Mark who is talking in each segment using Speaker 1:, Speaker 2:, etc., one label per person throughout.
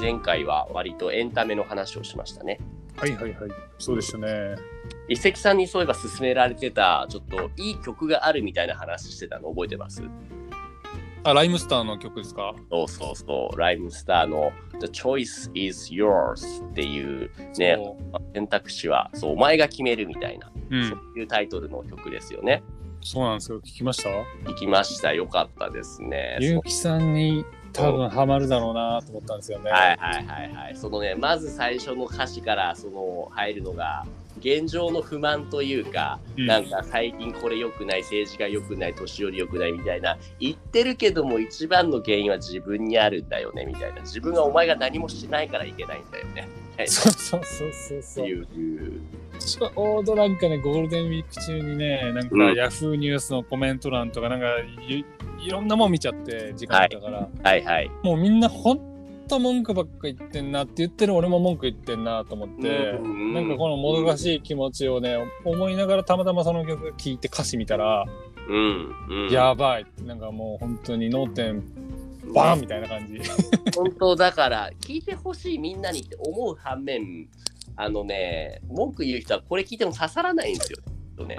Speaker 1: 前回は割とエンタメの話をしましたね。
Speaker 2: はいはいはい。そうでしたね。
Speaker 1: 一石さんにそういえば勧められてた、ちょっといい曲があるみたいな話してたの覚えてます
Speaker 2: あ、ライムスターの曲ですか
Speaker 1: そうそうそう、ライムスターの The Choice is Yours っていうね、
Speaker 2: そ
Speaker 1: 選択肢はそうお前が決めるみたいな、
Speaker 2: うう。
Speaker 1: そうんいうタイトルの曲ですよね。
Speaker 2: そうなんですよ。聞きました
Speaker 1: 行きました、よかったですね。
Speaker 2: ゆうきさんに多分ハマるだろうなと思ったんですよね。
Speaker 1: はいはいはいはい。そのね、まず最初の歌詞からその入るのが、現状の不満というか、
Speaker 2: うん
Speaker 1: なんか最近これ良くない、政治が良くない、年寄り良くないみたいな、言ってるけども一番の原因は自分にあるんだよねみたいな、自分がお前が何もしないからいけないんだよね。はいっ
Speaker 2: そうそうそうそう
Speaker 1: て
Speaker 2: そう。
Speaker 1: いう。
Speaker 2: ちょうどなんかね、ゴールデンウィーク中にね、なんか
Speaker 1: うん
Speaker 2: ヤフーニュースのコメント欄とか、なんかいいろんなもん見ちゃって、時間あったから、
Speaker 1: はいはい。
Speaker 2: もうみんなほんと文句ばっか言ってんなって言ってる俺も文句言ってんなと思って、
Speaker 1: うんうんうん
Speaker 2: なんかこのもどかしい気持ちをね、思いながらたまたまその曲聴いて歌詞見たら、
Speaker 1: うん、うん。
Speaker 2: やばいなんかもう本当に脳天バーンみたいな感じ。
Speaker 1: 本当だから聞いてほしいみんなにって思う反面あのね文句言う人はこれ聞いても刺さらないんですよ。きっ とね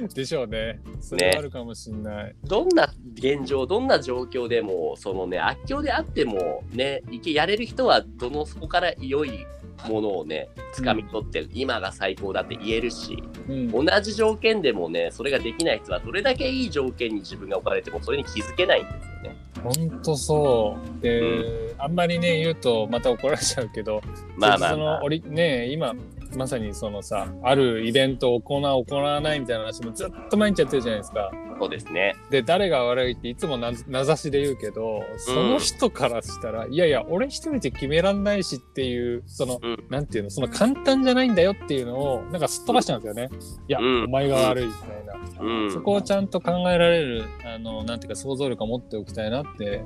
Speaker 1: うん
Speaker 2: でしょうね。それはあるかもしんない。
Speaker 1: どんな現状どんな状況でもそのね悪境であってもねいけやれる人はどのそこから良いものをね掴み取って、今が最高だって言えるし
Speaker 2: うん
Speaker 1: 同じ条件でもねそれができない人はどれだけいい条件に自分が置かれてもそれに気づけないんですよね。
Speaker 2: ほんとそう。で、あんまりね、言うとまた怒られちゃうけど、
Speaker 1: まあまあ、
Speaker 2: そ
Speaker 1: ま
Speaker 2: の
Speaker 1: あ
Speaker 2: オリねえ今まさにそのさあるイベントを行う行わないみたいな話もずっと毎日やってるじゃないですか。
Speaker 1: そうですね。
Speaker 2: で誰が悪いっていつもな名指しで言うけどその人からしたら、いやいや俺一人で決めらんないしっていうその、
Speaker 1: うん
Speaker 2: なんていうのその簡単じゃないんだよっていうのをなんかすっ飛ばしちゃうんですよね。いや、
Speaker 1: うん
Speaker 2: お前が悪いみたいな、
Speaker 1: うん
Speaker 2: そこをちゃんと考えられるあのなんていうか想像力を持っておきたいなって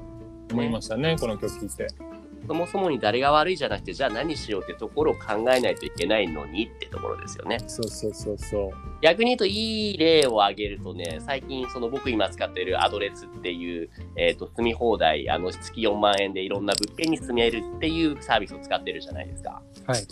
Speaker 2: 思いましたねこの曲聴いて。
Speaker 1: そもそもに誰が悪いじゃなくて、じゃあ何しようってところを考えないといけないのにってところですよね。
Speaker 2: そうそうそうそう。
Speaker 1: 逆に言うと、いい例を挙げるとね、最近、その僕今使っているアドレスっていう、えっ、と、住み放題、あの、月4万円でいろんな物件に住めるっていうサービスを使ってるじゃないですか。
Speaker 2: はい。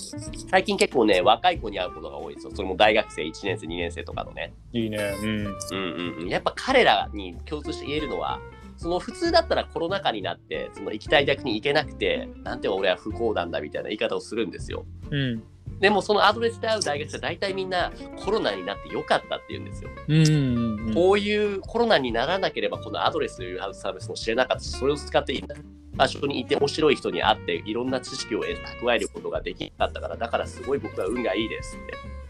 Speaker 1: 最近結構ね、若い子に会うことが多いですよ。それも大学生、1年生、2年生とかのね。
Speaker 2: いいね。うん。
Speaker 1: うんうんうん。やっぱ彼らに共通して言えるのは、その普通だったらコロナ禍になって、その行きたいだけに行けなくて、なんて俺は不幸なんだみたいな言い方をするんですよ。
Speaker 2: うん。
Speaker 1: でもそのアドレスで会う大学生は大体みんなコロナになってよかったって言うんですよ。
Speaker 2: うんうんうん、
Speaker 1: こういうコロナにならなければこのアドレスというサービスも知れなかったし、それを使っていろんな場所にいて面白い人に会っていろんな知識を得蓄えることができなかったから、だからすごい僕は運がいいですっ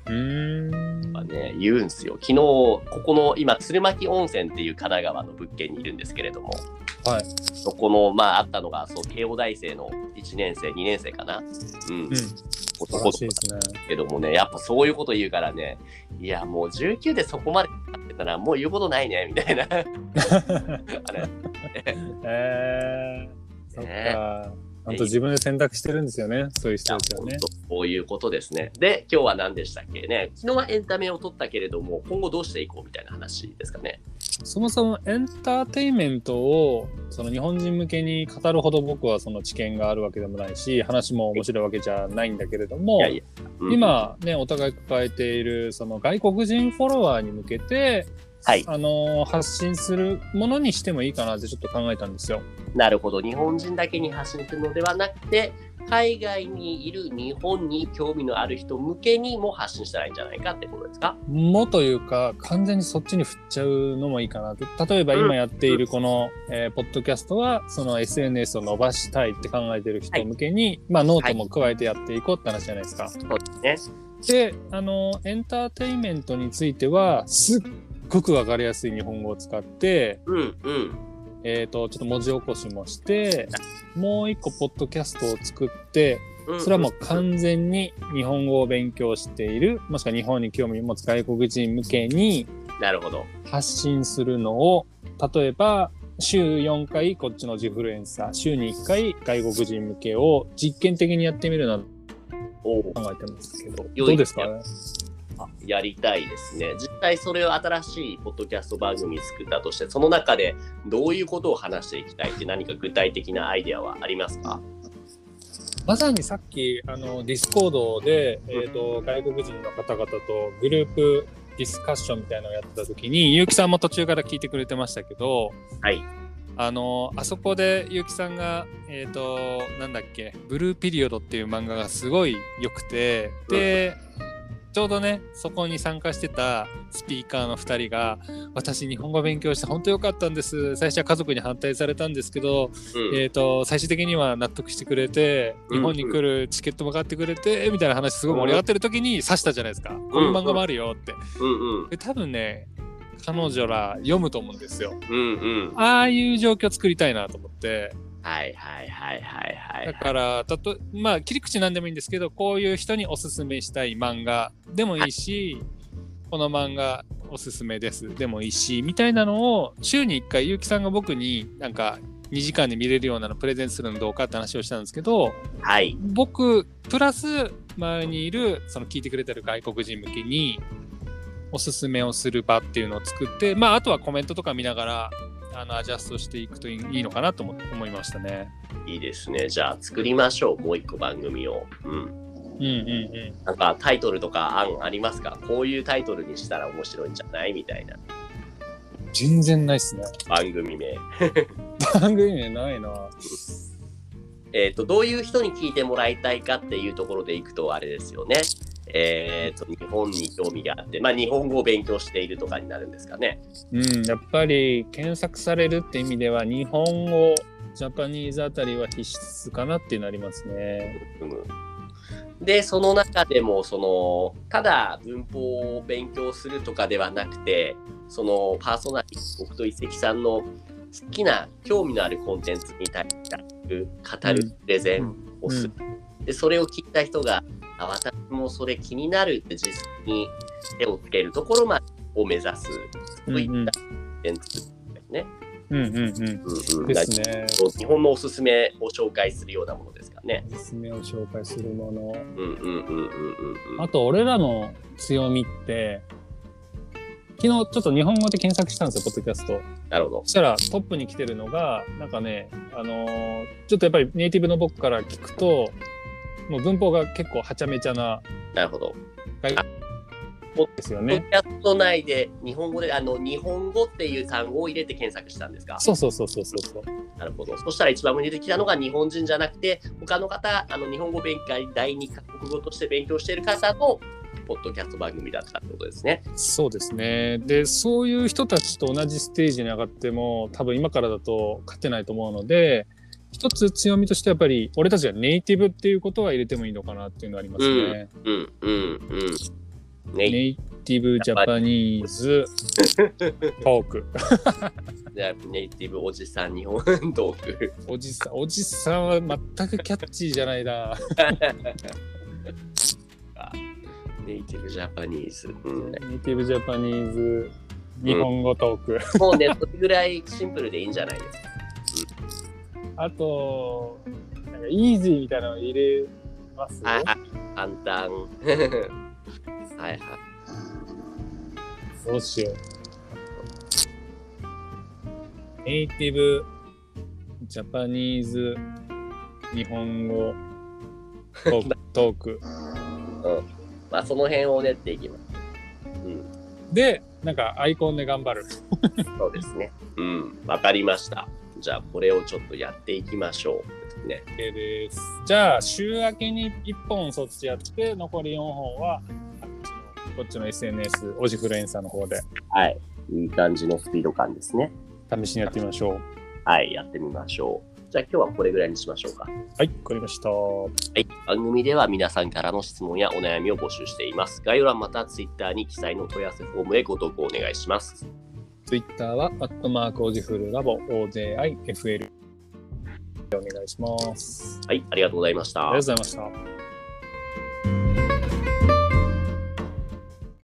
Speaker 1: て。
Speaker 2: うーん
Speaker 1: まあね、言うんすよ昨日ここの今鶴巻温泉っていう神奈川の物件にいるんですけれども、
Speaker 2: はい
Speaker 1: そこのまああったのがそう慶応大生の1年生2年生かな、うん
Speaker 2: うん、素晴
Speaker 1: 男
Speaker 2: ら
Speaker 1: の
Speaker 2: しい
Speaker 1: 子
Speaker 2: ですね。
Speaker 1: けどもね、やっぱそういうこと言うからね、いや、もう19でそこまでやってたら、もう言うことないね、みたい な。あれ
Speaker 2: えー、そっ
Speaker 1: ね
Speaker 2: か。あと自分で選択してるんですよね、そういう
Speaker 1: いや
Speaker 2: 人たちはね
Speaker 1: ほん。とこういうことですね。で、今日は何でしたっけね、昨日はエンタメを取ったけれども、今後どうしていこうみたいな話ですかね。
Speaker 2: そもそもエンターテインメントをその日本人向けに語るほど僕はその知見があるわけでもないし、話も面白いわけじゃないんだけれども、
Speaker 1: いやいや、うん、
Speaker 2: 今ね、お互い抱えているその外国人フォロワーに向けて、
Speaker 1: はい
Speaker 2: あの発信するものにしてもいいかなってちょっと考えたんですよ。
Speaker 1: なるほど、日本人だけに発信するのではなくて、海外にいる日本に興味のある人向けにも発信したらいいんじゃないかってことですか。
Speaker 2: もというか完全にそっちに振っちゃうのもいいかなと例えば今やっているこの、えーポッドキャストはその SNS を伸ばしたいって考えてる人向けに、まあノートも加えてやっていこうって話じゃないですか。
Speaker 1: そうですね。
Speaker 2: であのエンターテインメントについてはすっごくわかりやすい日本語を使って、
Speaker 1: うんうん。
Speaker 2: えー、とちょっと文字起こしもしてもう一個ポッドキャストを作って
Speaker 1: うん
Speaker 2: それはもう完全に日本語を勉強しているもしくは日本に興味を持つ外国人向けに
Speaker 1: なるほど。
Speaker 2: 発信するのを例えば週4回こっちのジフルエンサー週に1回外国人向けを実験的にやってみるなと
Speaker 1: おお。
Speaker 2: 考えてますけど
Speaker 1: 良い
Speaker 2: どうですか
Speaker 1: いやりたいですね。実際それを新しいポッドキャスト番組作ったとして、その中でどういうことを話していきたいって何か具体的なアイデアはありますか
Speaker 2: まさにさっき、あの、ディスコードで、えっ、と、外国人の方々とグループディスカッションみたいなのをやってた時に、結城さんも途中から聞いてくれてましたけど、
Speaker 1: はい。
Speaker 2: あの、あそこで結城さんが、えっ、と、なんだっけ、ブルーピリオドっていう漫画がすごい良くて、で、ちょうどね、そこに参加してたスピーカーの2人が、私日本語勉強して本当良かったんです。最初は家族に反対されたんですけど、
Speaker 1: うん
Speaker 2: えー、と最終的には納得してくれて
Speaker 1: うん
Speaker 2: 日本に来るチケットも買ってくれてみたいな話すごい盛り上がってる時に刺したじゃないですか、この漫画もあるよって
Speaker 1: うんうん
Speaker 2: で多分ね彼女ら読むと思うんですよ
Speaker 1: うんうん。
Speaker 2: ああいう状況作りたいなと思って
Speaker 1: はいはいはいはいはい。
Speaker 2: だからたとまあ切り口なんでもいいんですけどこういう人におすすめしたい漫画でもいいしこの漫画おすすめですでもいいしみたいなのを週に1回結城さんが僕になんか2時間で見れるようなのプレゼンするのどうかって話をしたんですけど、
Speaker 1: はい。
Speaker 2: 僕プラス周りにいるその聞いてくれてる外国人向けにおすすめをする場っていうのを作ってまああとはコメントとか見ながらあのアジャストしていくといいいいのかなと思思いましたね。
Speaker 1: いいですね。じゃあ作りましょう。もう一個番組を。うん。
Speaker 2: うんうん
Speaker 1: なんかタイトルとか案ありますかこういうタイトルにしたら面白いんじゃないみたいな
Speaker 2: うん。全然ないっすね。
Speaker 1: 番組名。
Speaker 2: 番組名ないな。
Speaker 1: えー、とどういう人に聞いてもらいたいかっていうところでいくとあれですよね。えー、と日本に興味があって、まあ、日本語を勉強しているとかになるんですかね。
Speaker 2: うん、やっぱり検索されるって意味では日本語、ジャパニーズあたりは必須かなっていうのありますね。
Speaker 1: うん、でその中でもそのただ文法を勉強するとかではなくてそのパーソナリティ僕と一石さんの好きな興味のあるコンテンツに対して語
Speaker 2: うん
Speaker 1: るプレゼンをする
Speaker 2: うん
Speaker 1: でそれを聞いた人があ私もそれ気になるって実際に手をつけるところまでを目指すそういった点ですね。
Speaker 2: うんうんうん。
Speaker 1: うんうん
Speaker 2: ですね。
Speaker 1: 日本のおすすめを紹介するようなものですからね。
Speaker 2: おすすめを紹介するもの。
Speaker 1: うんうんうんうんうんうん。
Speaker 2: あと俺らの強みって、昨日ちょっと日本語で検索したんですよ、ポッドキャスト。
Speaker 1: なるほど
Speaker 2: そ。したらトップに来てるのが、なんかね、あのーちょっとやっぱりネイティブの僕から聞くと、もう文法が結構はちゃめちゃな、
Speaker 1: なるほど。
Speaker 2: ですよ
Speaker 1: ポッ
Speaker 2: ね。
Speaker 1: ドキャスト内で日本語であの日本語っていう単語を入れて検索したんですか。
Speaker 2: そうそうそうそうそうそう。
Speaker 1: なるほど。そしたら一番上に出てきたのが日本人じゃなくて他の方あの日本語勉強第二カ国語として勉強している方のポッドキャスト番組だったってことですね。
Speaker 2: そうですね。で、そういう人たちと同じステージに上がっても、多分今からだと勝てないと思うので、一つ強みとしてやっぱり俺たちがネイティブっていうことは入れてもいいのかなっていうのはありますね。
Speaker 1: うんうんうん。ね、
Speaker 2: ネイティブジャパニーズトーク。
Speaker 1: ネイティブおじさん日本 トーク。
Speaker 2: おじさん、おじさんは全くキャッチーじゃないな。
Speaker 1: ネイティブジャパニーズ。うん、
Speaker 2: ネイティブジャパニーズ日本語トーク。
Speaker 1: もうね、それぐらいシンプルでいいんじゃないですか。
Speaker 2: あと、なんかイージーみたいなの入れます
Speaker 1: はいはい。簡単。 はいはい。
Speaker 2: どうしよう。ネイティブジャパニーズ日本語トークトーク。
Speaker 1: まあ、その辺を練っていきます。うん。
Speaker 2: で、なんかアイコンで頑張る。
Speaker 1: そうですね。うん。わかりました。じゃあ、これをちょっとやっていきましょう。ね。
Speaker 2: OK です。じゃあ、週明けに1本そっちやって、残り4本は、あっちのこっちの SNS、オジフルエンサーの方で、
Speaker 1: はい。いい感じのスピード感ですね。
Speaker 2: 試しにやってみましょう。
Speaker 1: はい。やってみましょう。じゃあ、今日はこれぐらいにしましょうか。
Speaker 2: はい、わかりました。
Speaker 1: はい、番組では皆さんからの質問やお悩みを募集しています。概要欄またツイッターに記載の問い合わせフォームへご投稿お願いします。
Speaker 2: Twitter は、アットマークオジフルラボ OJIFL。お願いします。
Speaker 1: はい、ありがとうございました
Speaker 2: ありがとうご。ざいました。